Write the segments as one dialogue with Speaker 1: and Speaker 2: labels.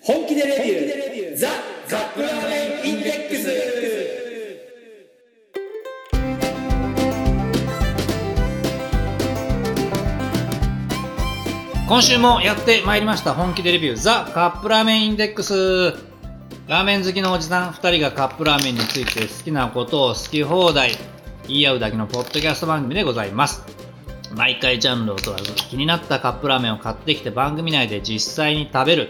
Speaker 1: 本気でレビューザ・カップラーメンインデックス
Speaker 2: 今週もやってまいりました本気でレビューザ・カップラーメンインデックスラーメン好きのおじさん2人がカップラーメンについて好きなことを好き放題言い合うだけのポッドキャスト番組でございます毎回ジャンルを問わず気になったカップラーメンを買ってきて番組内で実際に食べる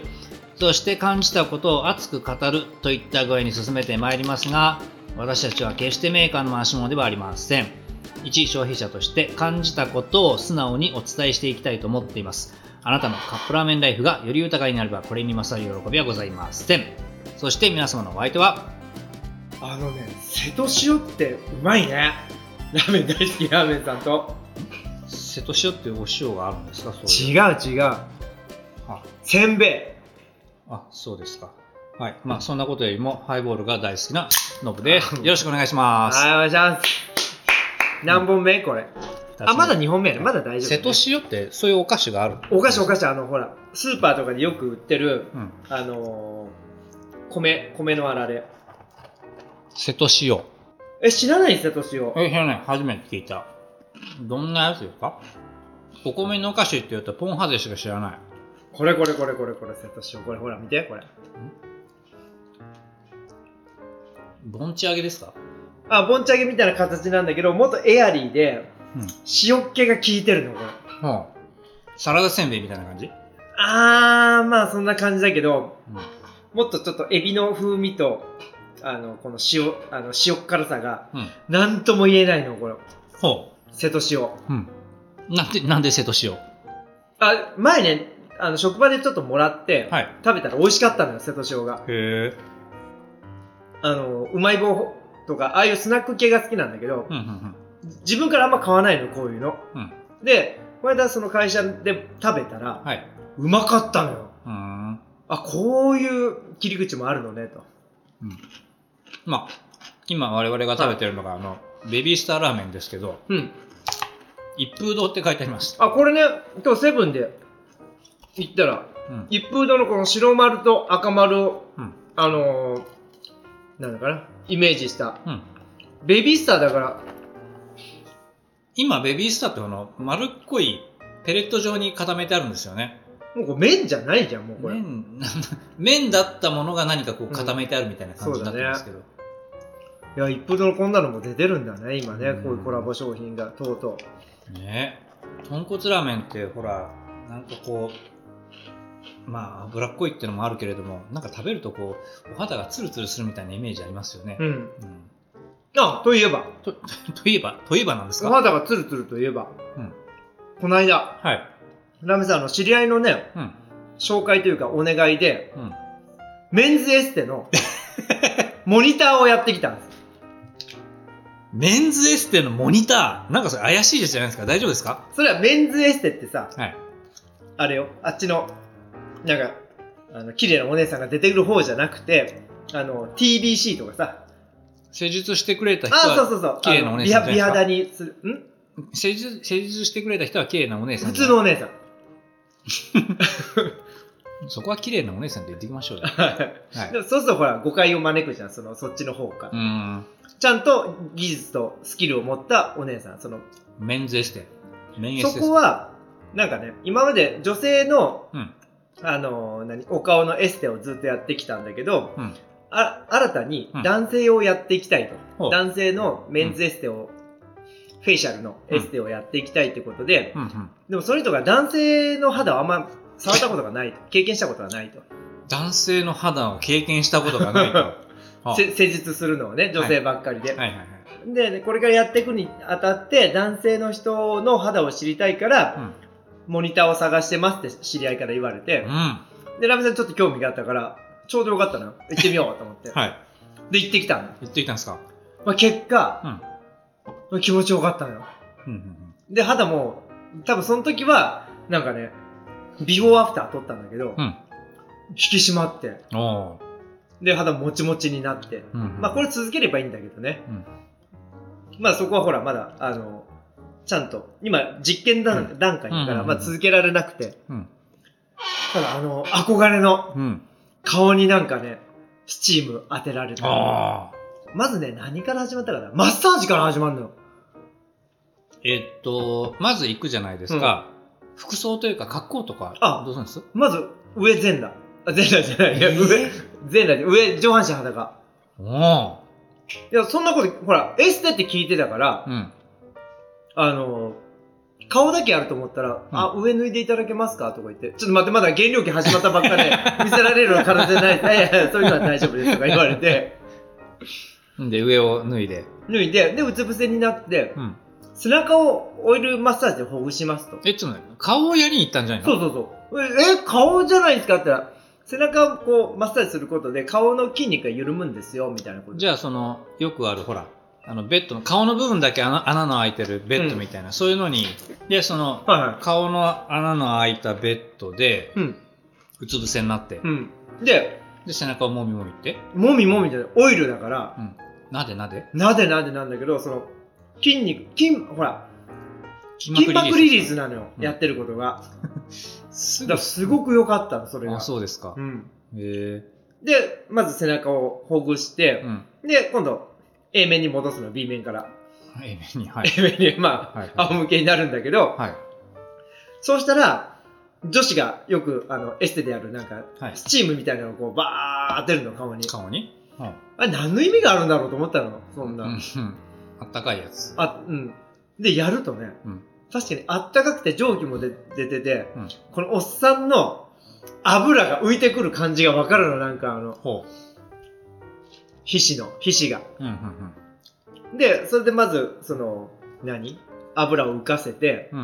Speaker 2: そして感じたことを熱く語るといった具合に進めてまいりますが私たちは決してメーカーの回し物ではありません一消費者として感じたことを素直にお伝えしていきたいと思っていますあなたのカップラーメンライフがより豊かになればこれに勝る喜びはございませんそして皆様のお相手は
Speaker 3: あのね、瀬戸塩ってうまいね。ラーメン大好きラーメンさんと。
Speaker 2: 瀬戸塩っていうお塩があるんですかそういう
Speaker 3: 違う違う。せんべ
Speaker 2: あそうですかはいまあそんなことよりもハイボールが大好きなノブですよろしくお願いし
Speaker 3: い。
Speaker 2: ます
Speaker 3: はい、お願いします。何本目これ。あ、まだ2本目やね。まだ大丈夫、
Speaker 2: 瀬戸
Speaker 3: ね。
Speaker 2: 塩ってそういうお菓子がある
Speaker 3: お菓子お菓子、あの、ほら、スーパーとかでよく売ってる、
Speaker 2: うん
Speaker 3: あのー米、米のあられ。
Speaker 2: 瀬戸塩
Speaker 3: え、知らない瀬戸塩。
Speaker 2: え知らない初めて聞いたどんなやつですかお米のお菓子って言うとポンハゼしか知らない
Speaker 3: これこれこれこれこれ瀬戸塩。これほら、見て、これ。
Speaker 2: ぼんち揚げですか
Speaker 3: あ、ぼんちゃげみたいな形なんだけど、もっとエアリーで、
Speaker 2: うん
Speaker 3: 塩っ気が効いてるの、これ。
Speaker 2: はあサラダせんべいみたいな感じ、
Speaker 3: あー、まあそんな感じだけど、
Speaker 2: うん
Speaker 3: もっとちょっとエビの風味と、あの、この塩、あの、塩辛さが、
Speaker 2: うん。
Speaker 3: なんとも言えないの、これ。
Speaker 2: ほ
Speaker 3: 瀬戸塩。
Speaker 2: う。うん。なんで、なんで瀬戸塩
Speaker 3: あ、前ね、あの、職場でちょっともらって、
Speaker 2: はい。
Speaker 3: 食べたら美味しかったのよ、瀬戸塩が。
Speaker 2: へえ。
Speaker 3: あの、うまい棒とか、ああいうスナック系が好きなんだけど
Speaker 2: う、んうん
Speaker 3: 自分からあんま買わないの、こういうの。
Speaker 2: うん。うん。
Speaker 3: で、この間その会社で食べたら、
Speaker 2: はい。
Speaker 3: うまかったのよ。
Speaker 2: うーん。
Speaker 3: あ、こういう切り口もあるのね、と。
Speaker 2: まあ、今我々が食べてるのが、あの、ベビースターラーメンですけど、
Speaker 3: うん。
Speaker 2: 一風堂って書いてあります。
Speaker 3: あ、これね、今日セブンで行ったら、
Speaker 2: うん。
Speaker 3: 一風堂のこの白丸と赤丸を、
Speaker 2: うん。
Speaker 3: あのー、なんだかな、イメージした。
Speaker 2: うん。
Speaker 3: ベビースターだから、
Speaker 2: 今、ベビースターってこの、丸っこいペレット状に固めてあるんですよね。
Speaker 3: もうこれ麺じゃないじゃん、もうこれ。
Speaker 2: 麺、麺だったものが何かこう固めてあるみたいな感じになってますけど。
Speaker 3: いや、一風堂のこんなのも出てるんだね、今ね、
Speaker 2: うん
Speaker 3: こういうコラボ商品が、とうと
Speaker 2: ね豚骨ラーメンってほらなんかこうまあ脂っこいってのもあるけれどもなんか食べるとこうお肌がツルツルするみたいなイメージありますよね
Speaker 3: う。う、ん。
Speaker 2: うん
Speaker 3: あ、といえば、
Speaker 2: とといえばといえばなんです
Speaker 3: お
Speaker 2: か
Speaker 3: 肌がツルツルといえば、
Speaker 2: うん
Speaker 3: この間、
Speaker 2: はい
Speaker 3: ラメさんの知り合いのね、
Speaker 2: うん
Speaker 3: 紹介というかお願いで、
Speaker 2: うん
Speaker 3: メンズエステのモニターをやってきたんです。
Speaker 2: メンズエステのモニターなんかそれ怪しいじゃないですか大丈夫ですか
Speaker 3: それはメンズエステってさ、
Speaker 2: はい
Speaker 3: あれよ、あっちの、なんか、あの、綺麗なお姉さんが出てくる方じゃなくて、あの、TBC とかさ、
Speaker 2: 施術してくれた人
Speaker 3: あ、そう
Speaker 2: は
Speaker 3: そうそう、
Speaker 2: 綺麗なお姉さん
Speaker 3: あの
Speaker 2: じ
Speaker 3: 美
Speaker 2: ゃ
Speaker 3: 肌
Speaker 2: な
Speaker 3: 美肌にする、ん
Speaker 2: 施術施術してくれた人は綺麗なお姉さん
Speaker 3: 普
Speaker 2: じゃ
Speaker 3: 通
Speaker 2: ん
Speaker 3: のお姉さん。
Speaker 2: そこは綺麗なお姉さんって言ってきましょうよはい
Speaker 3: でもそうするとほら、誤解を招くじゃん、その、そっちの方か
Speaker 2: う
Speaker 3: ら。
Speaker 2: ーん
Speaker 3: ちゃんと技術とスキルを持ったお姉さん、その、
Speaker 2: メンズエステメンエステ
Speaker 3: そ
Speaker 2: です
Speaker 3: こは、なんかね、今まで女性の、
Speaker 2: うん
Speaker 3: あの、何、お顔のエステをずっとやってきたんだけど、
Speaker 2: うん
Speaker 3: あ新たに
Speaker 2: うん
Speaker 3: 男性をやっていきたいと、
Speaker 2: ほう
Speaker 3: 男性のメンズエステを、フェイシャルのエステをやっていきたいってことで、
Speaker 2: うんうん
Speaker 3: でもその人が男性の肌をあんま触ったことがないと、経験したことがないと、
Speaker 2: 男性の肌を経験したことがないと。はあはい
Speaker 3: せ施術するのはね、女性ばっかりで。
Speaker 2: はいはい。
Speaker 3: で、ねこれからやっていくにあたって、男性の人の肌を知りたいから、
Speaker 2: うん
Speaker 3: モニターを探してますって知り合いから言われて、
Speaker 2: うん。は
Speaker 3: で、ラミさんちょっと興味があったから、ちょうどよかったのよ。行ってみようと思 って。
Speaker 2: い。
Speaker 3: で、行ってきたの。
Speaker 2: 言ってきたんですか。
Speaker 3: まあ、結果、まあ気持ちよかったのよ。
Speaker 2: うんうん
Speaker 3: で、肌も、多分その時は、なんかね、ビフォーアフター撮ったんだけど、
Speaker 2: うん
Speaker 3: 引き締まって、
Speaker 2: うん。おー
Speaker 3: で、肌もちもちになって。
Speaker 2: うんうん
Speaker 3: まあ、これ続ければいいんだけどね。
Speaker 2: うん
Speaker 3: まあ、そこはほら、まだ、あの、ちゃんと、今、実験段,、段階だ
Speaker 2: うんうん
Speaker 3: か
Speaker 2: うん
Speaker 3: ら、
Speaker 2: うん
Speaker 3: まあ、続けられなくて、
Speaker 2: うん
Speaker 3: ただ、あの、憧れの
Speaker 2: うん。
Speaker 3: 顔になんかね、スチーム当てられたり
Speaker 2: ああ。
Speaker 3: まずね、何から始まったかなマッサージから始まるのよ。
Speaker 2: えっと、まず行くじゃないですか。服装というか格好とか、
Speaker 3: あ
Speaker 2: どうするんです
Speaker 3: まず、上全裸。あ、全裸じゃない。いや、上、全裸で、上、上半身裸。
Speaker 2: おー
Speaker 3: いや、そんなこと、ほら、エステって聞いてたから、
Speaker 2: うん。
Speaker 3: あの、顔だけあると思ったら、あ、上脱いでいただけますかとか言って、ちょっと待って、まだ減量期始まったばっかで、見せられるような体じゃない。いやいや、そういうのは大丈夫ですとか言われて、
Speaker 2: うん。で、上を脱いで。
Speaker 3: 脱いで、で、うつ伏せになって
Speaker 2: う、ん。
Speaker 3: 背中をオイルマッサージでほぐしますと。
Speaker 2: え、ちょっとね、顔をやりに行ったんじゃないの
Speaker 3: そうそうそう。え、え顔じゃないですかって言ったら、背中をこう、マッサージすることで、顔の筋肉が緩むんですよ、みたいなこと。
Speaker 2: じゃあ、その、よくある、ほら、あの、ベッドの、顔の部分だけ穴穴の開いてるベッドみたいな、そういうのに、で、その、
Speaker 3: はいは
Speaker 2: 顔の穴の開いたベッドで、
Speaker 3: い。うん。
Speaker 2: うつ伏せになって
Speaker 3: う、ん。で、
Speaker 2: で、背中をもみもみって、
Speaker 3: もみもみじゃない、オイルだから、
Speaker 2: なでなで、
Speaker 3: なでなでなんだけど、その、筋肉、筋、ほら、
Speaker 2: 筋
Speaker 3: 筋膜リリー
Speaker 2: ス。
Speaker 3: スなのよ、
Speaker 2: うん
Speaker 3: やってることが。
Speaker 2: す
Speaker 3: だ
Speaker 2: ぐ
Speaker 3: からすごく良かったの、それが。
Speaker 2: あ、そうですか
Speaker 3: う。ん。
Speaker 2: へえ。
Speaker 3: で、まず背中をほぐして
Speaker 2: う、ん。
Speaker 3: で、今度、A 面に戻すの、B 面から。
Speaker 2: え、目に、はい。
Speaker 3: A 面に、ま
Speaker 2: はい。
Speaker 3: あ、仰向けになるんだけど、
Speaker 2: はい。
Speaker 3: そうしたら、女子がよくあのエステであるなんか、
Speaker 2: はい
Speaker 3: スチームみたいなのをこうバー当てるの、顔に。
Speaker 2: 顔に。うん。
Speaker 3: あれ、何の意味があるんだろうと思ったの、そんな。
Speaker 2: うんうんあったかいやつ。
Speaker 3: あ、うん。で、やるとね、
Speaker 2: うん
Speaker 3: 確かにあったかくて蒸気も出出てて、
Speaker 2: うん
Speaker 3: このおっさんの油が浮いてくる感じがわかるの、なんかあの、
Speaker 2: ほ
Speaker 3: 皮脂の、皮脂が。
Speaker 2: う。うんうん
Speaker 3: で、それでまず、その、何油を浮かせて、
Speaker 2: うん。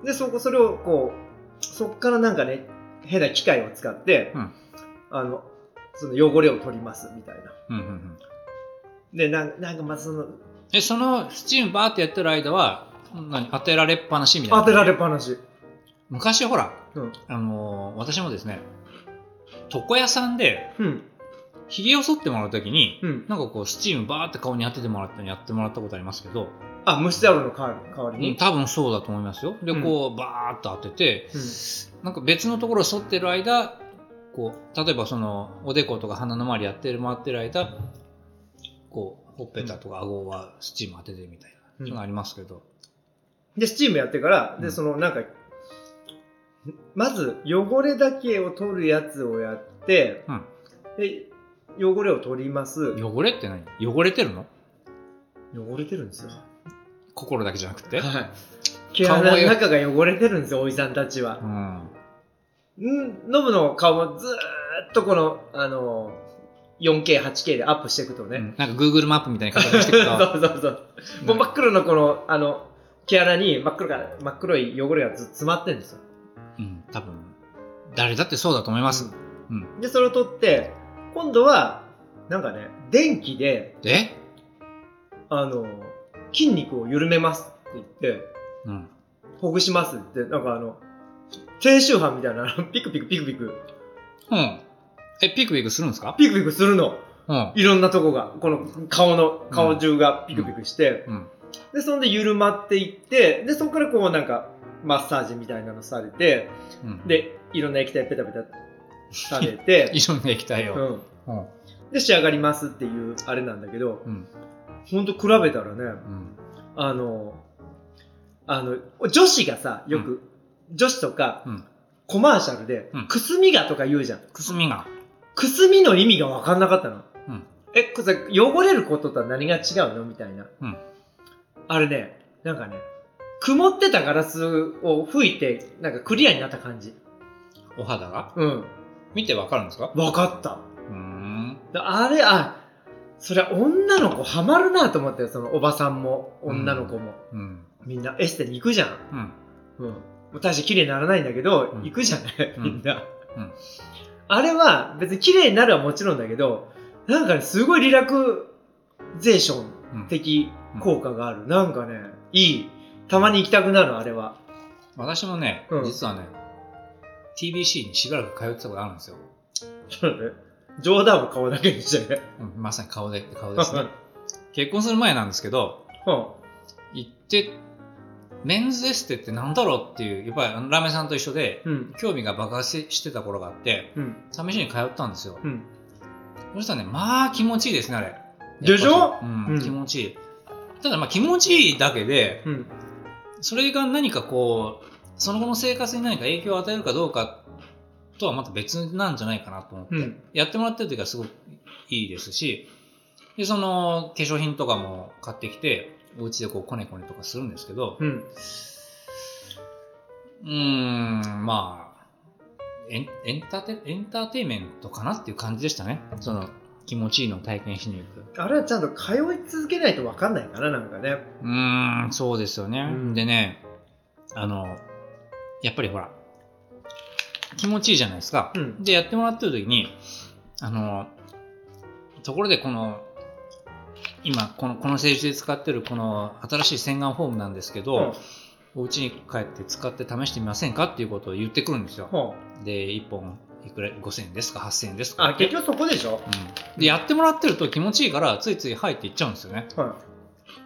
Speaker 2: うん。
Speaker 3: で、そこ、それをこう、そっからなんかね、変な機械を使って、
Speaker 2: うん
Speaker 3: あの、その汚れを取ります、みたいな。
Speaker 2: うんうんうん。
Speaker 3: で、なんなんかまずその、
Speaker 2: え、そのスチームバーってやってる間は、何当てられっぱなしみたいな。
Speaker 3: 当てられっぱなし。
Speaker 2: 昔ほら、
Speaker 3: うん。
Speaker 2: あのー私もですね、床屋さんで、
Speaker 3: うん。
Speaker 2: ひげを剃ってもらうときに、
Speaker 3: うん。
Speaker 2: なんかこう、スチームバーって顔に当ててもらったのやってもらったことありますけど、
Speaker 3: あ、蒸しタオルの代わり代わり
Speaker 2: うん
Speaker 3: に。
Speaker 2: 多分そうだと思いますよ。で、
Speaker 3: うん
Speaker 2: こう、バーっと当てて、
Speaker 3: うん
Speaker 2: なんか別のところを剃ってる間、こう、例えばその、おでことか鼻の周りやってる、回ってる間、こう、ほっぺたとか顎はスチーム当ててみたいな、
Speaker 3: う
Speaker 2: そ
Speaker 3: ん
Speaker 2: ういうのありますけど。
Speaker 3: で、スチームやってから、
Speaker 2: う
Speaker 3: で、
Speaker 2: ん
Speaker 3: その、なんか、まず、汚れだけを取るやつをやって、
Speaker 2: うん
Speaker 3: で、汚れを取ります。
Speaker 2: 汚れって何汚れてるの
Speaker 3: 汚れてるんですよ。
Speaker 2: 心だけじゃなくて。
Speaker 3: はい。毛穴の中が汚れてるんですよ、おじさんたちは
Speaker 2: う。ん。
Speaker 3: んノブの顔もずーっとこの、あのー、4K、8K でアップしていくと
Speaker 2: う
Speaker 3: ね。
Speaker 2: んなんか Google マップみたいな形して
Speaker 3: そう
Speaker 2: く と。
Speaker 3: そうそう。もう真
Speaker 2: なん
Speaker 3: っ
Speaker 2: か
Speaker 3: 黒のこの、あの、毛穴に真っ黒が、真っ黒い汚れがず詰まってるんですよ。
Speaker 2: うん、多分、誰だってそうだと思います。うん。
Speaker 3: で、それを取って、今度は、なんかね、電気で、
Speaker 2: え
Speaker 3: あのー、筋肉を緩めますって言って、
Speaker 2: うん。
Speaker 3: ほぐしますって、なんかあの、低周波みたいな、ピクピクピクピク、
Speaker 2: うん。え、ピクピクするんですか
Speaker 3: ピクピクするの。
Speaker 2: うん。
Speaker 3: いろんなとこが、この顔の、顔中がピクピクして、
Speaker 2: うん。
Speaker 3: で、そんで緩まっていって、で、そこからこうなんか、マッサージみたいなのされて、
Speaker 2: うん、
Speaker 3: で、いろんな液体ペタペタされ て、
Speaker 2: 一緒に液体
Speaker 3: う
Speaker 2: を。
Speaker 3: ん。
Speaker 2: うん。
Speaker 3: で、仕上がりますっていうあれなんだけど、
Speaker 2: うん。
Speaker 3: ほんと比べたら
Speaker 2: う
Speaker 3: ね、
Speaker 2: ん。
Speaker 3: あの、あの、女子がさ、よく、女子とか、
Speaker 2: うん
Speaker 3: コマーシャルで、
Speaker 2: うん
Speaker 3: くすみがとか言うじゃん。
Speaker 2: くすみが。
Speaker 3: くすみの意味が分かんなかったの。
Speaker 2: うん
Speaker 3: え、これ汚れることとは何が違うのみたいな。
Speaker 2: うん
Speaker 3: あれね、なんかね、曇ってたガラスを吹いて、なんかクリアになった感じ。
Speaker 2: お肌が
Speaker 3: うん。
Speaker 2: 見てわかるんですか
Speaker 3: 分かった。
Speaker 2: うーん。
Speaker 3: だあれ、あ、そりゃ女の子ハマるなと思ったよ。そのおばさんも、女の子も。
Speaker 2: うん。
Speaker 3: みんなエステに行くじゃん。
Speaker 2: うん。
Speaker 3: うん。もう大して綺麗にならないんだけど、
Speaker 2: うん
Speaker 3: 行くじゃない、
Speaker 2: うん
Speaker 3: みんな。
Speaker 2: うん
Speaker 3: あれは別に綺麗になるはもちろんだけど、なんかね、すごいリラクゼーション
Speaker 2: うん
Speaker 3: 的効果がある。なんかね、いい。たまに行きたくなる、あれは。
Speaker 2: 私もね、
Speaker 3: うん
Speaker 2: 実はね、TBC にしばらく通ってたことがあるんですよ。
Speaker 3: そうだね冗談を顔だけにしてね。
Speaker 2: うんまさに顔で、顔
Speaker 3: う
Speaker 2: ですね。結婚する前なんですけど、
Speaker 3: ん。
Speaker 2: 行って、メンズエステってなんだろうっていう、やっぱりあのラーメン屋さんと一緒で、
Speaker 3: うん。
Speaker 2: 興味が爆発してた頃があって、
Speaker 3: うん。
Speaker 2: 試しに通ったんですよ。
Speaker 3: うん。
Speaker 2: そしたらね、まあ気持ちいいですね、あれ。
Speaker 3: でしょ
Speaker 2: うん、
Speaker 3: うん
Speaker 2: 気持ちいい。ただまあ気持ちいいだけで、
Speaker 3: うん。
Speaker 2: それが何かこう、その後の生活に何か影響を与えるかどうかとはまた別なんじゃないかなと思って、
Speaker 3: うん。
Speaker 2: やってもらってる時はすごくいいですし、で、その化粧品とかも買ってきて、お家でこうコネコネとかするんですけど、
Speaker 3: うん。
Speaker 2: うーん、まあ、エンエンターテ、エンターテイメントかなっていう感じでしたね。その気持ちいいのを体験しに行く。
Speaker 3: あれはちゃんと通い続けないと分かんないから、なんかね。
Speaker 2: うーん、そうですよね。
Speaker 3: うん
Speaker 2: でね、あの、やっぱりほら、気持ちいいじゃないですか。
Speaker 3: うん。
Speaker 2: で、やってもらってる時に、あの、ところでこの、今、この、この政治で使ってるこの新しい洗顔フォームなんですけど、お家に帰って使って試してみませんかっていうことを言ってくるんですよ。
Speaker 3: ほ
Speaker 2: で、1本いくら、5000円ですか、8000円ですか。
Speaker 3: あ、結局そこでしょ
Speaker 2: うん、で、やってもらってると気持ちいいから、ついつい入っていっちゃうんですよね。
Speaker 3: は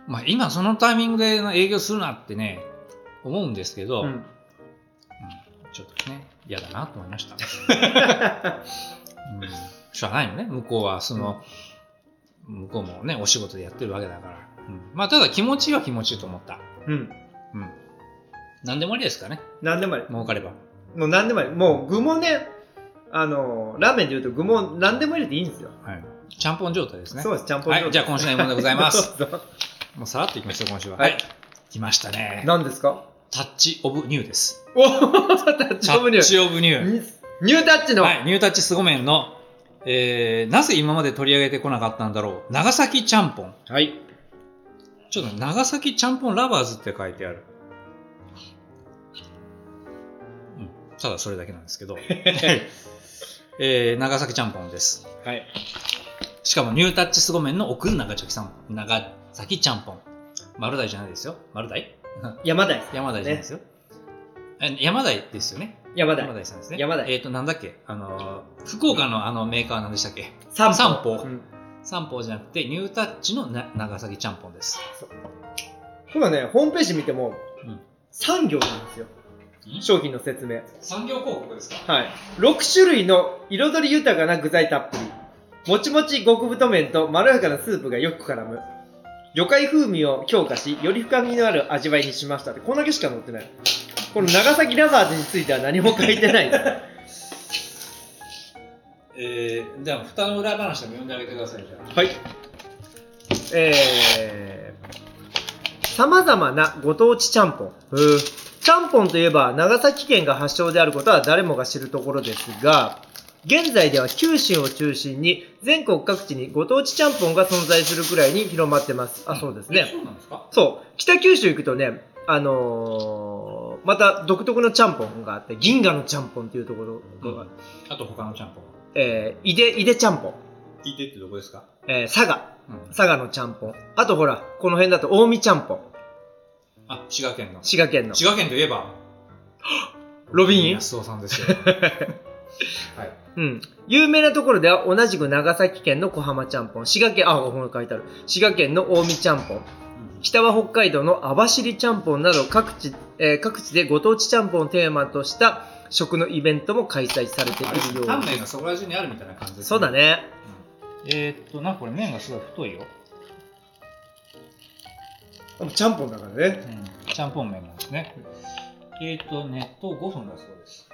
Speaker 2: まあ、今そのタイミングで営業するなってね、思うんですけど、
Speaker 3: い。うん。
Speaker 2: ちょっとね、嫌だなと思いま した。うん、しょうがないよね、向こうは、その、向こうもね、お仕事でやってるわけだから。うん、まあ、ただ気持ちいいは気持ちいいと思った。
Speaker 3: うん。
Speaker 2: うん。何でもありですかね、
Speaker 3: 何でもあり。
Speaker 2: 儲かれば。
Speaker 3: もう何でもあり。もう具もね、あの、ラーメンで言うと具も何でも入れていいんですよ。
Speaker 2: はい。ちゃんぽん状態ですね。
Speaker 3: そうです、ちゃんぽん
Speaker 2: はい、じゃあ今週の獲物でござい ます。
Speaker 3: どうぞ。
Speaker 2: もうさらっといきましょう、今週は。
Speaker 3: はい。
Speaker 2: 来ましたね。
Speaker 3: 何ですか
Speaker 2: タッ チオブニューです。
Speaker 3: おータッチ
Speaker 2: タ
Speaker 3: オブニュ
Speaker 2: ッ
Speaker 3: ー。
Speaker 2: チオブニュー。
Speaker 3: ニニュータッチの。
Speaker 2: はい、ニュータッチスゴメンの、えー、なぜ今まで取り上げてこなかったんだろう。長崎ちゃんぽん。
Speaker 3: はい。
Speaker 2: ちょっと長崎ちゃんぽんラバーズって書いてある。うん、ただそれだけなんですけ ど。えー、長崎ちゃんぽんです。
Speaker 3: はい。
Speaker 2: しかもニュータッチスゴメンの送る長崎さん。長崎ちゃんぽん。丸大じゃないですよ。丸大
Speaker 3: 山台です。
Speaker 2: 山大じゃないですよ。え山大ですよね。
Speaker 3: 山
Speaker 2: 山
Speaker 3: 台。
Speaker 2: 田さんですね。
Speaker 3: 山田
Speaker 2: えっ、と、なんだっけあのー、福岡のあのメーカーは何でしたっけ
Speaker 3: 三
Speaker 2: 三方
Speaker 3: うん
Speaker 2: 三宝じゃなくて、ニュータッチのな長崎ちゃんぽんです。
Speaker 3: 今ね、ホームページ見ても
Speaker 2: うん、
Speaker 3: 3行なんですよ。商品の説明。
Speaker 2: 産業広告ですか
Speaker 3: はい。6種類の彩り豊かな具材たっぷり。もちもち極太麺とまろやかなスープがよく絡む。魚介風味を強化し、より深みのある味わいにしましたって、こんだけしか載ってない。この長崎ラバーズについては何も書いてないです。
Speaker 2: えー、では、蓋の裏話でも読んであげてください、じゃあ。
Speaker 3: はい。えー、さまざまなご当地ちゃんぽん。ちゃんぽんといえば長崎県が発祥であることは誰もが知るところですが、現在では九州を中心に全国各地にご当地ちゃんぽんが存在するくらいに広まってます。あ、そうです
Speaker 2: え
Speaker 3: ね。
Speaker 2: そうなんですか
Speaker 3: そう。北九州行くとね、あのーまた独特のちゃんぽんがあって、銀河のちゃんぽんっていうところが、
Speaker 2: うんあと、他のちゃんぽん。
Speaker 3: えー、いで、いでちゃんぽん、
Speaker 2: 聞いてってどこですか
Speaker 3: えー、佐賀。
Speaker 2: うん。
Speaker 3: 佐賀のちゃんぽん。あとほら、この辺だと近江ちゃんぽん。
Speaker 2: あ、滋賀県の。
Speaker 3: 滋賀県の。
Speaker 2: 滋賀県といえば、
Speaker 3: ロビン
Speaker 2: 安尾さん ですよ。はい。
Speaker 3: うん。有名なところでは同じく長崎県の小浜ちゃんぽん。滋賀県、あ、ほら書いてある。滋賀県の近江ちゃんぽん。北は北海道の網走ちゃんぽんなど各地、えー各地でご当地ちゃんぽんをテーマとした食のイベントも開催されてい
Speaker 2: あれですね
Speaker 3: るよ
Speaker 2: タン
Speaker 3: う
Speaker 2: メン
Speaker 3: で
Speaker 2: がそこら中にあるみたいな感じです、
Speaker 3: す。そうだ。ね。
Speaker 2: えー、っと、なんかこれ麺がすごい太いよ。
Speaker 3: でもちゃんぽんだからね。
Speaker 2: うんちゃんぽん麺なんですね。えっ、ー、と、熱湯5分だそうです。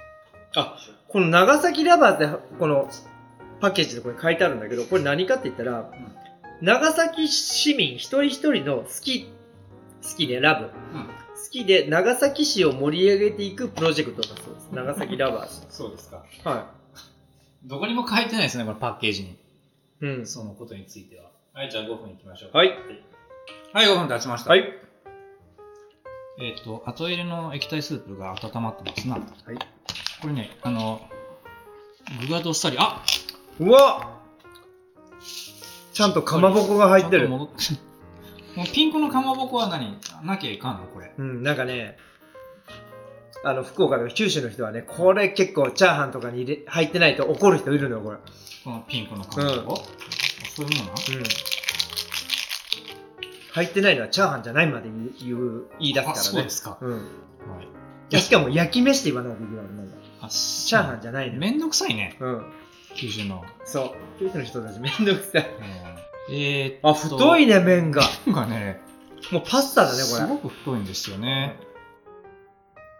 Speaker 3: あ、この長崎ラバーズでこのパッケージでこれ書いてあるんだけど、これ何かって言ったら、長崎市民一人一人の好き、好きでラブ。
Speaker 2: うん、
Speaker 3: 好きで長崎市を盛り上げていくプロジェクトだそうです。長崎ラバーズ。
Speaker 2: そうですか。
Speaker 3: は
Speaker 2: どこにも書いてないですね、このパッケージに。
Speaker 3: い。うん。
Speaker 2: そのことについては。はい、じゃあ5分いきましょう。
Speaker 3: はい。
Speaker 2: はい、5分経ちました。
Speaker 3: はい。。
Speaker 2: えっ、と、後入れの液体スープが温まってますな。はいこれね、あの、具がどっさり、あ
Speaker 3: うわちゃんとかまぼこが入って
Speaker 2: ち
Speaker 3: る
Speaker 2: ゃん。と戻ってこのピンクのかまぼこは何なきゃいかんのこれ。
Speaker 3: うん、なんかね、あの、福岡とか九州の人はね、これ結構チャーハンとかに入れ入ってないと怒る人いるのよ、これ。
Speaker 2: このピンクのかまぼこ。そういうものなの
Speaker 3: うん。入ってないのはチャーハンじゃないまで言う言う言い出すからね。
Speaker 2: あそうですか
Speaker 3: うん。
Speaker 2: はい
Speaker 3: でしかも焼き飯って言わないといけないのなんだ。
Speaker 2: あ
Speaker 3: チ
Speaker 2: チ
Speaker 3: ャーハンじゃないのよ。
Speaker 2: めんどくさいね
Speaker 3: うん。
Speaker 2: 九州の、
Speaker 3: そう。九州の人たちめんどくさい。
Speaker 2: えーっと
Speaker 3: あ、太いね、麺が。
Speaker 2: 麺がね
Speaker 3: もうパスタだね、
Speaker 2: す
Speaker 3: こ
Speaker 2: ごく太いんですよね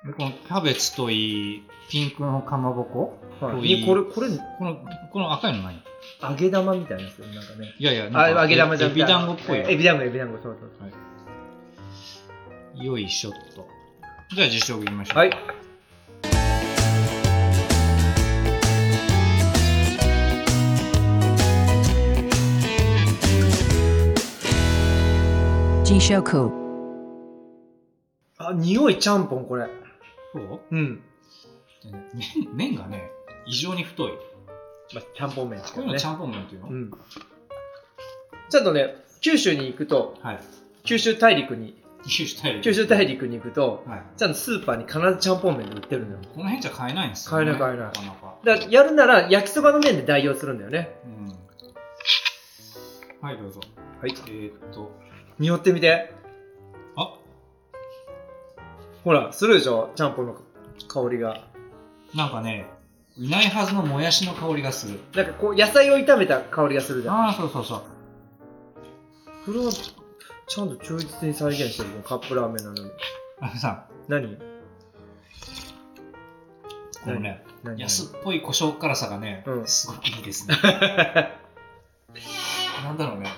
Speaker 2: でこのキャベツといいピンクのかまぼこ
Speaker 3: れ。はい
Speaker 2: 太い
Speaker 3: いやこれ、これ、
Speaker 2: このこの赤いの何
Speaker 3: 揚げ玉みたいなやつよなんかね。
Speaker 2: いやいやなん
Speaker 3: あ、
Speaker 2: か
Speaker 3: 揚げ玉じゃ
Speaker 2: エ
Speaker 3: ん。
Speaker 2: ビ団子っぽいよ
Speaker 3: エビ団子、エビ団子、そうそうそう。
Speaker 2: よいしょっと。じゃあ、受賞いきましょうか。
Speaker 3: はい
Speaker 4: Jishoku.
Speaker 3: あ、匂いちゃんぽん、これ。
Speaker 2: そう
Speaker 3: うん。
Speaker 2: でね麺麺がね、異常に太い。こ
Speaker 3: まあ、ちゃんぽん麺です
Speaker 2: う
Speaker 3: け
Speaker 2: いう
Speaker 3: ど
Speaker 2: の
Speaker 3: ね
Speaker 2: ち。ゃんぽん麺っていうの、
Speaker 3: うん。ちょっとね、九州に行くと、
Speaker 2: はい。
Speaker 3: 九州大陸に、
Speaker 2: 九州大陸。
Speaker 3: 九州大。陸に行くと、
Speaker 2: はい。
Speaker 3: ちゃんとスーパーに必ずちゃんぽん麺で売ってるのよ。
Speaker 2: この辺じゃ買えないんですよ、ね。
Speaker 3: 買えない買えない
Speaker 2: なかなか。
Speaker 3: だからやるなら焼きそばの麺で代用するんだよね。
Speaker 2: うん。はい、どうぞ。
Speaker 3: はい
Speaker 2: え。ー、っと、
Speaker 3: 匂ってみて。
Speaker 2: あ
Speaker 3: ほら、するでしょちゃんぽんの香りが。
Speaker 2: なんかね、いないはずのもやしの香りがする。
Speaker 3: なんかこう、野菜を炒めた香りがするじゃん。
Speaker 2: ああ、そうそうそう。
Speaker 3: これは、ちゃんと忠実に再現してるのカップラーメンなのに。
Speaker 2: あのさ、
Speaker 3: 何
Speaker 2: このね、
Speaker 3: 何
Speaker 2: 安っぽい胡椒辛さがね、
Speaker 3: うん
Speaker 2: すごくいいです ね。なんだろうね。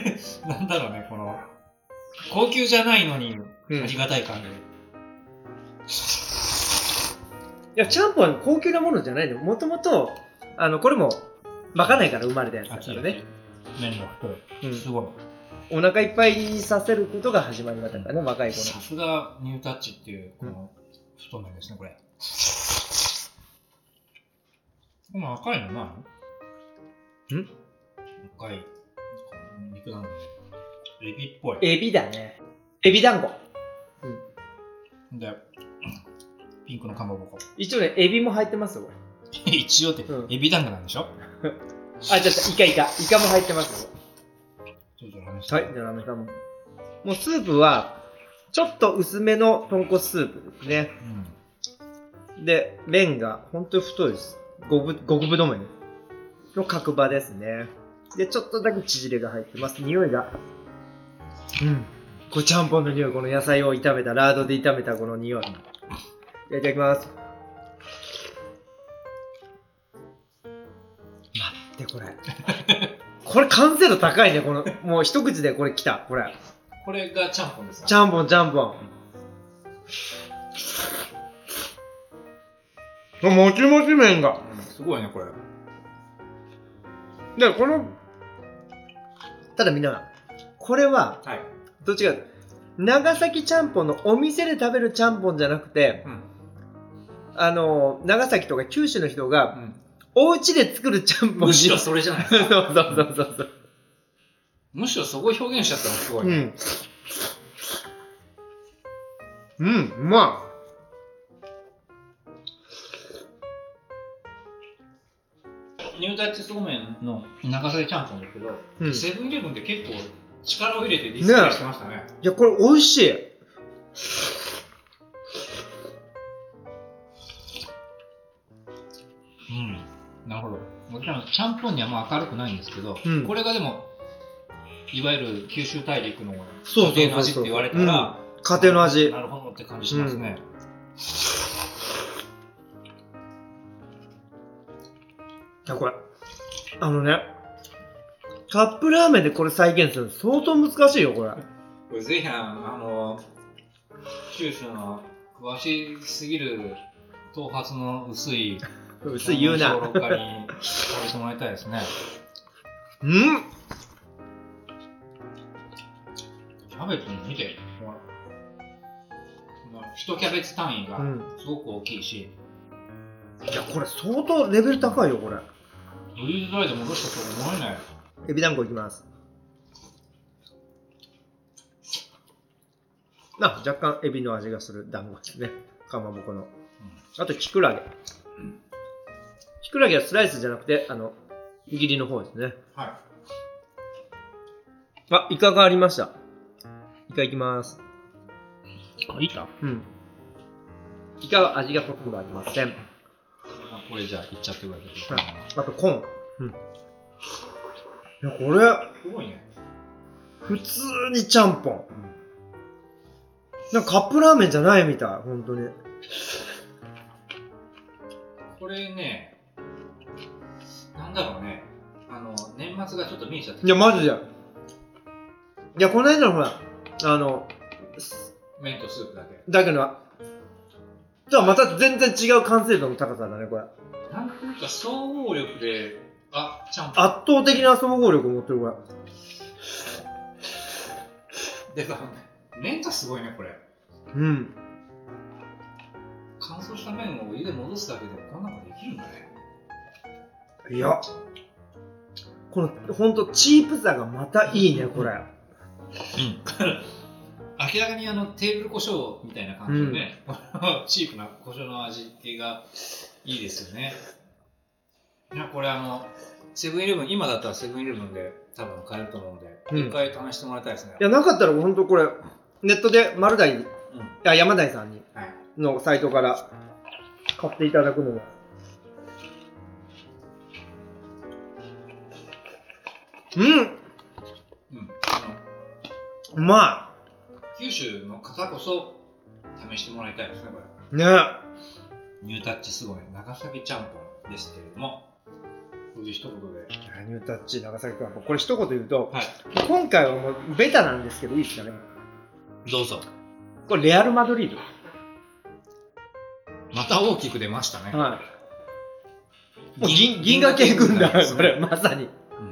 Speaker 2: なんだろうね、この、高級じゃないのに、
Speaker 3: うん
Speaker 2: ありがたい感じ。
Speaker 3: いや、ちゃんぽんは高級なものじゃないの。もともと、あの、これも、まかないから生まれたやつだからね。
Speaker 2: 麺の太い。すごい。
Speaker 3: うん。お腹いっぱいにさせることが始まりだったからね、若い頃
Speaker 2: さ。すがニュータッチっていう、この太麺ですね、これ。この赤いのないの
Speaker 3: ん
Speaker 2: 赤い肉なんで、エビっぽい。
Speaker 3: エビだね。エビ団子。
Speaker 2: で、ピンクのかまぼこ。
Speaker 3: 一応ね、エビも入ってますよ。これ
Speaker 2: 一応って、
Speaker 3: うん
Speaker 2: エビ団子なんでしょ
Speaker 3: あ、じゃあ、イカイカ。イカも入ってますよ。
Speaker 2: ちょっと話して
Speaker 3: はい、じゃあラーメンさんも。もうスープは、ちょっと薄めの豚骨スープですね。
Speaker 2: うん
Speaker 3: で、麺が本当に太いです。五分、五分止めの角場ですね。で、ちょっとだけ縮れが入ってます。匂いが。うん。これちゃんぽんの匂い、この野菜を炒めた、ラードで炒めたこの匂い。いやいただきます。待って、これ。これ完成度高いね、この、もう一口でこれ来た、これ。
Speaker 2: これがちゃんぽんですか
Speaker 3: ちゃんぽん、ちゃんぽん。もちもち麺が。
Speaker 2: うんすごいね、これ。
Speaker 3: で、この、ただみんな、これは、
Speaker 2: はい。
Speaker 3: どっちか、長崎ちゃんぽんのお店で食べるちゃんぽんじゃなくて、
Speaker 2: うん。
Speaker 3: あの、長崎とか九州の人
Speaker 2: う
Speaker 3: が、
Speaker 2: ん、
Speaker 3: お家で作るちゃんぽん
Speaker 2: むしろ
Speaker 3: そ
Speaker 2: それじゃない。
Speaker 3: うそうそうそうそう。
Speaker 2: むしろそこ表現しちゃったのすごい、
Speaker 3: う
Speaker 2: ね
Speaker 3: ん。うん、うま
Speaker 2: ニュータッチそうめんの長崎ちゃんぽんだけど、
Speaker 3: い。うん。い
Speaker 2: セブンイレブンって結構力を入れてディスプレイしてましたね。
Speaker 3: や、これ美味しい。
Speaker 2: うん。なるほど。もちろんちゃんぽんにはまあ明るくないんですけど、
Speaker 3: うん
Speaker 2: これがでも、いわゆる九州大陸の
Speaker 3: そうそうそうそう
Speaker 2: 家庭の味って言われたら、
Speaker 3: 家庭の味。
Speaker 2: なるほどって感じしますね。
Speaker 3: いや、これ、あのね、カップラーメンでこれ再現するの相当難しいよ、これ。
Speaker 2: これぜひあのあの九州の詳しすぎる頭髪の薄い
Speaker 3: 薄い言うな。
Speaker 2: 評論家に食べてもらいたいですね
Speaker 3: うん
Speaker 2: キャベツ見てほらこの一キャベツ単位が
Speaker 3: うん。
Speaker 2: すごく大きいし、
Speaker 3: いや、これ相当レベル高いよ、これ。
Speaker 2: ブリュードライで戻したと思えない
Speaker 3: エビ団子いきます。あ、若干エビの味がする団子ですね。かまぼこの。あと、キクラゲ。キクラゲはスライスじゃなくて、あの、切りの方ですね。
Speaker 2: は
Speaker 3: あ、イカがありました。
Speaker 2: い
Speaker 3: イカいきます。
Speaker 2: いいか
Speaker 3: うん。イカは味がほとんどありません。
Speaker 2: あこれじゃあ、いっちゃってくださ
Speaker 3: はい
Speaker 2: い。
Speaker 3: あとコーン。うん。いや、これ、
Speaker 2: すごいね。
Speaker 3: 普通にちゃんぽん。なんかカップラーメンじゃないみたい、本当に。
Speaker 2: これね、なんだろうね。あの、年末がちょっと見えちゃって
Speaker 3: いや、マジで。いや、この間のほら、あの、
Speaker 2: 麺とスープだけ。
Speaker 3: だけど、じゃあまた全然違う完成度の高さだね、これ。
Speaker 2: なんか総合力で、あ、ちゃんぽん。
Speaker 3: 圧倒的な総合力を持ってる、これ。
Speaker 2: でか、麺がすごいね、これ。
Speaker 3: うん。
Speaker 2: 乾燥した麺をお湯で戻すだけでこんなことできるんだね。
Speaker 3: いや、この、ほんと、チープさがまたいいね、これ。
Speaker 2: 明らかにあのテーブル胡椒みたいな感じでね、 チープな胡椒の味気がいいですよね。いや、これあの、セブンイレブン、今だったらセブンイレブンで多分買えると思うんで、
Speaker 3: うん
Speaker 2: 一、回試してもらいたいですね。
Speaker 3: いや、なかったらほんとこれ、ネットで丸大に、
Speaker 2: うん
Speaker 3: いや、山大さんに、
Speaker 2: はい
Speaker 3: のサイトから買っていただくのが。うん
Speaker 2: うん、あの
Speaker 3: うま
Speaker 2: 九州の方こそ試してもらいたいですね、これ。
Speaker 3: いねあ
Speaker 2: ニュータッチすごい、長崎ちゃんぽんですけれども、これで一言で。
Speaker 3: ニュータッチ長崎君これ一言言うと
Speaker 2: は
Speaker 3: 今回はもうベタなんですけどいいですかね
Speaker 2: い、どうぞ。
Speaker 3: これレアル・マドリー
Speaker 2: また大きく出ましたね
Speaker 3: ド。はいもう銀銀河系軍団
Speaker 2: ですね
Speaker 3: これまさにい
Speaker 2: うん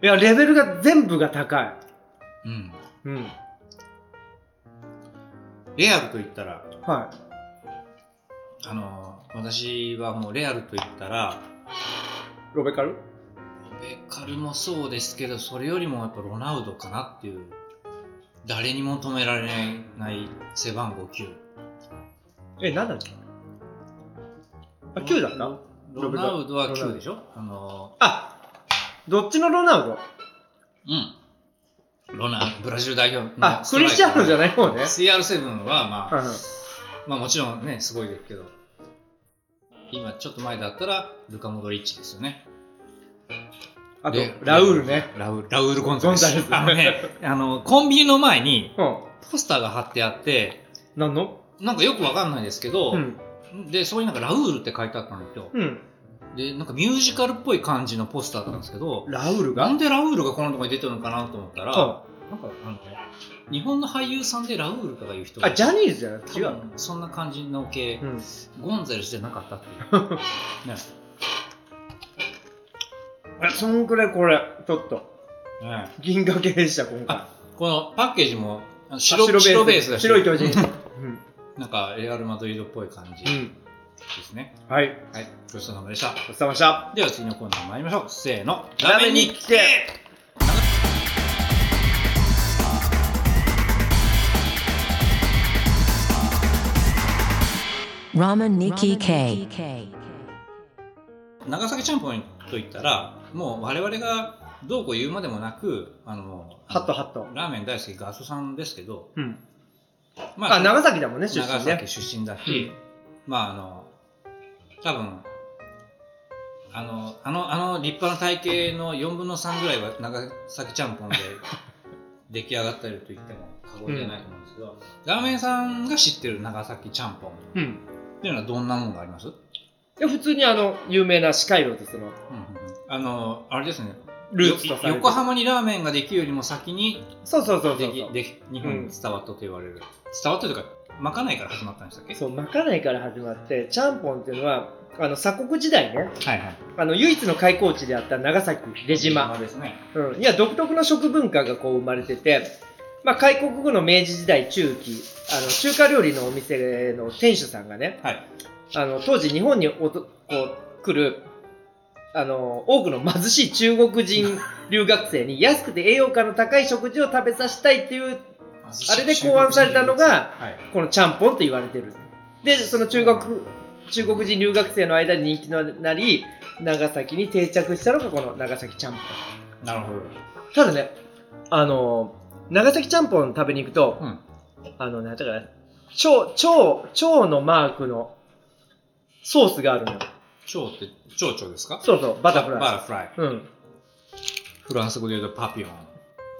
Speaker 3: やレベルが全部が高い
Speaker 2: うん。
Speaker 3: うん
Speaker 2: レアルと言ったら、
Speaker 3: は
Speaker 2: あのー私はもうレアルと言ったら、
Speaker 3: いロベカル
Speaker 2: ベカルもそうですけど、それよりもやっぱロナウドかなっていう、誰にも止められない背番号9。
Speaker 3: え何だっけあ9だった
Speaker 2: ロナウドは
Speaker 3: ロナウド
Speaker 2: 9でしょあの
Speaker 3: あどっちのロナウド
Speaker 2: ーうん。ロナ、ブラジル代表の
Speaker 3: あクリスチャーノじゃない方ね
Speaker 2: CR7 はまあ、
Speaker 3: はいはい
Speaker 2: まあもちろんね、すごいですけど、今ちょっと前だったら、ルカ・モドリッチですよね。
Speaker 3: あと
Speaker 2: で
Speaker 3: ラウールね。
Speaker 2: ラウール、ラウール・ゴンザレス。
Speaker 3: ゴンザレス
Speaker 2: あの ね、あの、コンビニの前に
Speaker 3: うん
Speaker 2: ポスターが貼ってあって、
Speaker 3: 何の
Speaker 2: なんかよくわかんないですけど、
Speaker 3: うん
Speaker 2: で、そこになんかラウールって書いてあったんですよ。
Speaker 3: うん
Speaker 2: で、なんかミュージカルっぽい感じのポスターだったんですけど、
Speaker 3: ラウール
Speaker 2: な
Speaker 3: が
Speaker 2: んでラウールがこんなとこに出てるのかなと思ったら、
Speaker 3: あ
Speaker 2: なんかあのね、日本の俳優さんでラウールとかいう人が
Speaker 3: あジャニーズじゃなくて
Speaker 2: 違
Speaker 3: 違う
Speaker 2: う。そんな感じの系。
Speaker 3: うん
Speaker 2: ゴンザレスじゃなかったっていう。ね
Speaker 3: あそんくらいこれちょっと
Speaker 2: ね
Speaker 3: 銀河系でした今回
Speaker 2: あこのパッケージもあの白
Speaker 3: あ
Speaker 2: 白ベースだし、
Speaker 3: 白い巨人
Speaker 2: なんかレアル・マドリードっぽい感じ
Speaker 3: うん、う
Speaker 2: で
Speaker 3: ん、
Speaker 2: すね。
Speaker 3: はい
Speaker 2: はい、ごちそうさまでした。
Speaker 3: お疲れ様でした
Speaker 2: では次のコーナー参りましょう。せーの、
Speaker 3: ラーメン日記
Speaker 4: ラーメンニ
Speaker 5: Nikki
Speaker 4: キ
Speaker 5: K.
Speaker 4: K.
Speaker 2: 長崎ちゃんぽんといったら、もう我々がどうこう言うまでもなく、あの、
Speaker 3: ハットハット
Speaker 2: ラーメン大好きガスさんですけど、
Speaker 3: うん
Speaker 2: ま
Speaker 3: あ長崎だもんね出
Speaker 2: 長
Speaker 3: 身
Speaker 2: 崎
Speaker 3: ね
Speaker 2: 出身だし、まああの多分あのあのあの立派な体型の4分の3ぐらいは長崎ちゃん ぽんで出来上がってると言っても過言じゃないと思うんですけど、ラーメン屋さんが知ってる長崎ちゃんぽんっ
Speaker 3: うん
Speaker 2: ていうのはどんなものがあります、うん
Speaker 3: いや普通にあの有名な歯科医療とその
Speaker 2: あのあれですね
Speaker 3: ルーツとされ
Speaker 2: よ
Speaker 3: る
Speaker 2: 横浜にラーメンができるよりも先に
Speaker 3: そうそうそうそ
Speaker 2: で
Speaker 3: う
Speaker 2: き
Speaker 3: そう
Speaker 2: でき日本に伝わったと言われる、伝わったというかまかないから始まったんでしたっけ
Speaker 3: そうまかないから始まってちゃんぽんっていうのはあの鎖国時代ね
Speaker 2: はいはい
Speaker 3: あの唯一の開港地であった長崎出島、
Speaker 2: ですね
Speaker 3: うん、いや独特の食文化がこう生まれてて、まあ、開国後の明治時代中期あの中華料理のお店の店主さんがね
Speaker 2: はい
Speaker 3: あの当時日本におとこう来るあの多くの貧しい中国人留学生に安くて栄養価の高い食事を食べさせたいっていうあれで考案されたのが
Speaker 2: はい、
Speaker 3: このちゃんぽんと言われてるでその中国中国人留学生の間に人気となり長崎に定着したのがこの長崎ちゃんぽん
Speaker 2: なるほど。
Speaker 3: ただねあの長崎ちゃんぽん食べに行くと、
Speaker 2: うん。
Speaker 3: あのね、だから、蝶、蝶、蝶のマークのソースがあるのよ。
Speaker 2: 蝶って、蝶々ですか
Speaker 3: そうそう、バタフ
Speaker 2: バ
Speaker 3: ラ
Speaker 2: タフライ。
Speaker 3: イ。うん。
Speaker 2: フランス語で言うとパピオン。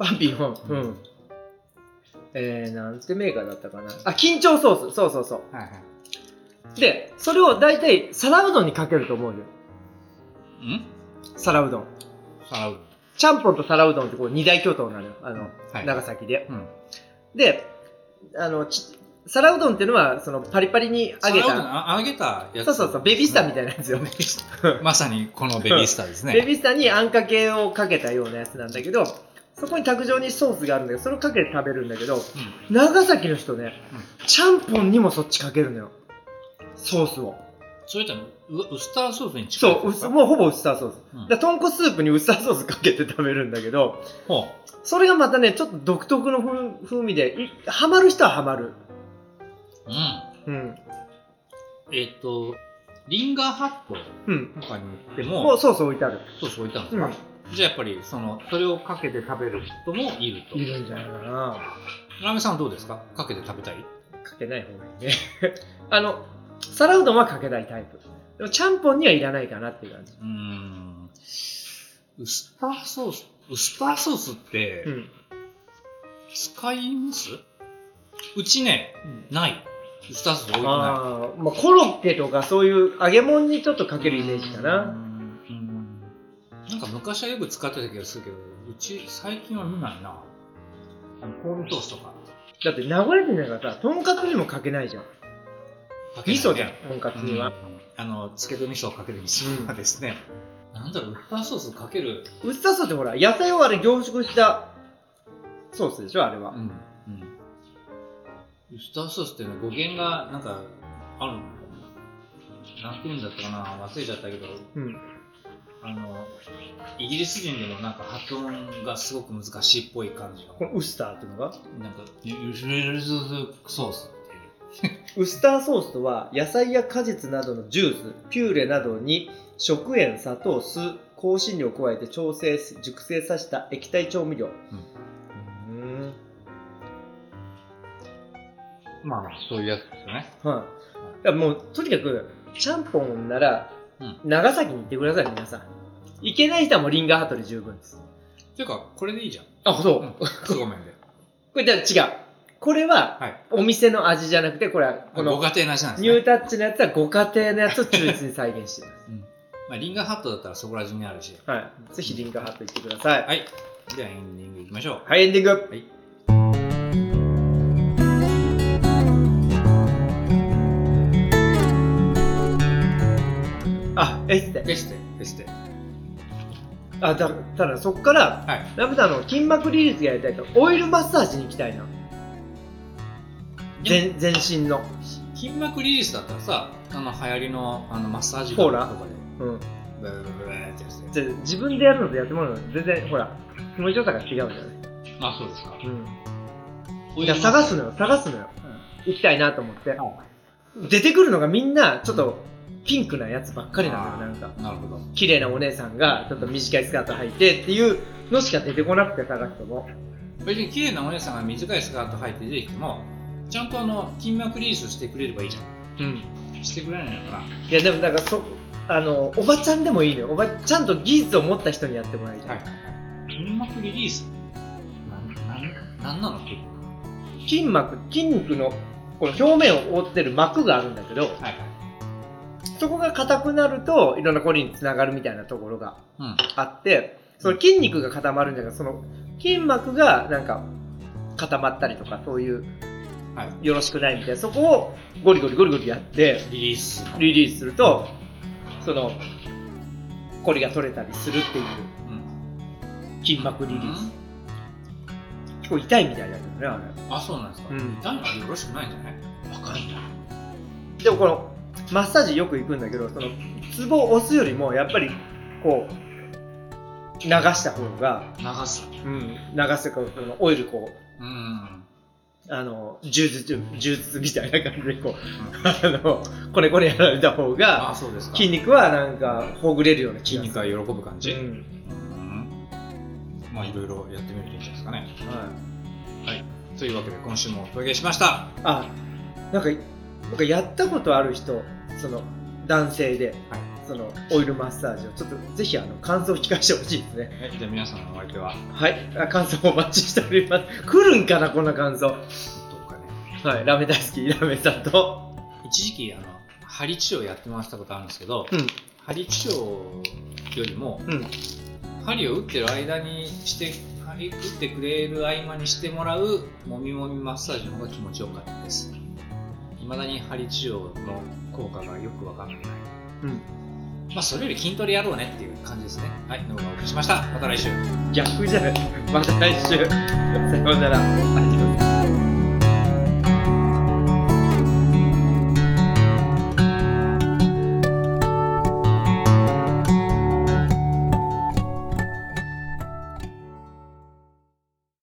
Speaker 3: パピヨン。うん。えー、なんてメーカーだったかな。あ、緊張ソース。そうそうそ
Speaker 2: はいはい。
Speaker 3: う。で、それを大体、皿うどんにかけると思うよ。
Speaker 2: ん
Speaker 3: 皿うどん。
Speaker 2: サラウ
Speaker 3: ちゃんぽんと皿うどんってこう二大巨頭なのよ。あの、
Speaker 2: はい
Speaker 3: 長崎で。
Speaker 2: うん。
Speaker 3: で、あの、ち皿うどんっていうのは、そのパリパリに揚げ
Speaker 2: サラウド
Speaker 3: た。
Speaker 2: あ揚げたやつ。
Speaker 3: そうそうそう、ベビースターみたい
Speaker 2: な。
Speaker 3: なやつよ。
Speaker 2: まさにこのベビースターですね。
Speaker 3: ベビースターにあんかけをかけたようなやつなんだけどそこに卓上にソースがあるんだけどそれをかけて食べるんだけど長崎の人ねちゃんぽんにもそっちかけるのよソースを
Speaker 2: そういったのウウスターソースに近い
Speaker 3: そうウスもうほぼウスターソース
Speaker 2: うん
Speaker 3: だから豚骨スープにウスターソースかけて食べるんだけど
Speaker 2: ほ
Speaker 3: それがまたねちょっと独特の風風味でいハマる人はハマる
Speaker 2: う。うん。
Speaker 3: うん
Speaker 2: えっと、リンガーハット
Speaker 3: うん
Speaker 2: とかに行って
Speaker 3: も
Speaker 2: も、
Speaker 3: うソース置いてある
Speaker 2: ソース置いたんです
Speaker 3: う
Speaker 2: か、
Speaker 3: ん
Speaker 2: じゃあやっぱり、その、それをかけて食べる人もいると。
Speaker 3: いるんじゃないかな
Speaker 2: ラーメンさんどうですかかけて食べたい
Speaker 3: かけない方がいいね あの皿うどんはかけないタイプでもちゃんぽんにはいらないかなっていう感じ
Speaker 2: うーん。ウスターソース、ウスターソースって
Speaker 3: うん
Speaker 2: 使います、うちね、ない。ウスターソース置いてな
Speaker 3: あーまあ、コロッケとかそういう揚げ物にちょっとか
Speaker 2: い。
Speaker 3: けるイメージか
Speaker 2: うー
Speaker 3: な。
Speaker 2: ん。うんなんか昔はよく使ってた気がするけど、うち最近は見ないな。あのコーンソースとか。
Speaker 3: だって名古屋人だからさ、とんかつにもかけないじゃん。
Speaker 2: かけ
Speaker 3: 味
Speaker 2: ないね
Speaker 3: 噌じゃん、とんかつに
Speaker 2: う
Speaker 3: は。
Speaker 2: んあの、漬けと味噌をかける味噌がですね。なんだろう、ウスターソースかける。
Speaker 3: ウスターソースってほら、野菜をあれ凝縮したソースでしょ、あれは。
Speaker 2: うんウスターソースってね語源がなんかあるのなんて言うんだったかな忘れちゃったけど
Speaker 3: うん。
Speaker 2: あのイギリス人でもなんか発音がすごく難しいっぽい感じが
Speaker 3: このウスターっていうのが
Speaker 2: なんかウスターソースっていう
Speaker 3: ウスターソースとは、野菜や果実などのジュース、ピューレなどに食塩、砂糖、酢、香辛料を加えて調整し、熟成させた液体調味料。うん。
Speaker 2: まあまあそういうやつですよね
Speaker 3: はい。だからもう、とにかく、ちゃんぽんなら
Speaker 2: うん、
Speaker 3: 長崎に行ってください、皆さん。行けない人はもうリンガーハットで十分です。
Speaker 2: ていうかこれでい いじゃん
Speaker 3: あ、そう。
Speaker 2: うん
Speaker 3: こ
Speaker 2: 凄麺で
Speaker 3: れ、だから違う。これは、
Speaker 2: はい
Speaker 3: お店の味じゃなくて、これは、
Speaker 2: ご
Speaker 3: こ
Speaker 2: 家
Speaker 3: の、
Speaker 2: 庭の味なんです
Speaker 3: ニュー
Speaker 2: ね、
Speaker 3: タッチのやつはご家庭のやつを忠実に再現してま
Speaker 2: うんまあ、リンガーハットだったらそこら中にあるし
Speaker 3: す。はい。ぜひリンガーハット行ってください。
Speaker 2: はいではエンディングいきましょう
Speaker 3: はい、エンディング。
Speaker 2: はい
Speaker 3: あ、エステ。
Speaker 2: でしてでして
Speaker 3: あ、だ、ただそっから、
Speaker 2: はい
Speaker 3: ラムさんの筋膜リリースがやりたいと、オイルマッサージに行きたいな。全全身の。
Speaker 2: 筋膜リリースだったらさあの流行りのあのマッサージ
Speaker 3: フォーラ
Speaker 2: とかで
Speaker 3: うん。
Speaker 2: ブーブーブーブーってやつで
Speaker 3: じゃあ自分でやるのとやってもらうのと全然ほら気持ちよさが違うじゃない、
Speaker 2: あそうですか
Speaker 3: うん、いや探すのよ探すのよ行きたいなと思って
Speaker 2: は
Speaker 3: 出てくるのがみんなちょっとピンクなやつばっかりなのよなんか
Speaker 2: なるほど
Speaker 3: 綺麗なお姉さんがちょっと短いスカート履いてっていうのしか出てこなくて探しても
Speaker 2: 別に綺麗なお姉さんが短いスカート履いて出てきてもちゃんとあの筋膜リリースしてくれればいいじゃ
Speaker 3: うん
Speaker 2: んしてくれないのかない
Speaker 3: やでもなんかそあのおばちゃんでもいいのよおばちゃんと技術を持った人にやってもらいたい、
Speaker 2: 筋膜リリースなんなんなんなの結構
Speaker 3: 筋膜筋肉のこの表面を覆ってる膜があるんだけど、
Speaker 2: はいはい
Speaker 3: そこが硬くなるといろんなコリにつながるみたいなところが
Speaker 2: うん
Speaker 3: あってその筋肉が固まるんじゃなくてその筋膜がなんか固まったりとかそういう
Speaker 2: はい
Speaker 3: よろしくないみたいなそこをゴリゴリゴリゴリやって
Speaker 2: リリース
Speaker 3: リリースするとそのコリが取れたりするっていう
Speaker 2: うん
Speaker 3: 筋膜リリー
Speaker 2: う
Speaker 3: ス
Speaker 2: ん
Speaker 3: 結構痛いみたいだけどねあ
Speaker 2: あそうなんですか、
Speaker 3: うん
Speaker 2: 痛いのはよろしくないんじゃないわかんない
Speaker 3: れでもこのマッサージよく行くんだけどそのツボを押すよりもやっぱりこう流した方が
Speaker 2: 流す
Speaker 3: うん、流すかそのオイルこう
Speaker 2: うん
Speaker 3: あの柔術柔術みたいな感じでこうあのこれこれやられた方
Speaker 2: あ
Speaker 3: が
Speaker 2: そうですか
Speaker 3: 筋肉はなんかほぐれるような気
Speaker 2: 筋
Speaker 3: がす
Speaker 2: 肉が
Speaker 3: る
Speaker 2: 喜ぶ感じ、
Speaker 3: うん
Speaker 2: うんまあいろいろやってみるといいんじゃないですかね。
Speaker 3: は
Speaker 2: はい。というわけで今週もお届けしました。
Speaker 3: あなんか僕やったことある人その男性で、
Speaker 2: はい
Speaker 3: そのオイルマッサージをちょっとぜひあの感想を聞かせてほしいですね
Speaker 2: はい。じゃあ皆さんのお相手は、
Speaker 3: はいあ感想お待ちしております来るんかなこんな感想
Speaker 2: どうかね。
Speaker 3: はいラメ大好きラメさんと
Speaker 2: 一時期、あの、針治療やってもらってたことあるんですけど、
Speaker 3: うん
Speaker 2: 針治療よりも、
Speaker 3: うん
Speaker 2: 針を打ってる間にして、針打ってくれる合間にしてもらう、もみもみマッサージの方が気持ちよかったです。いまだに針治療の効果がよくわかんない。まあ、それより筋トレやろうねっていう感じですね。はい、ノブがお送りしました。また来週。
Speaker 3: 逆じゃないまた来週さようならありがとうございます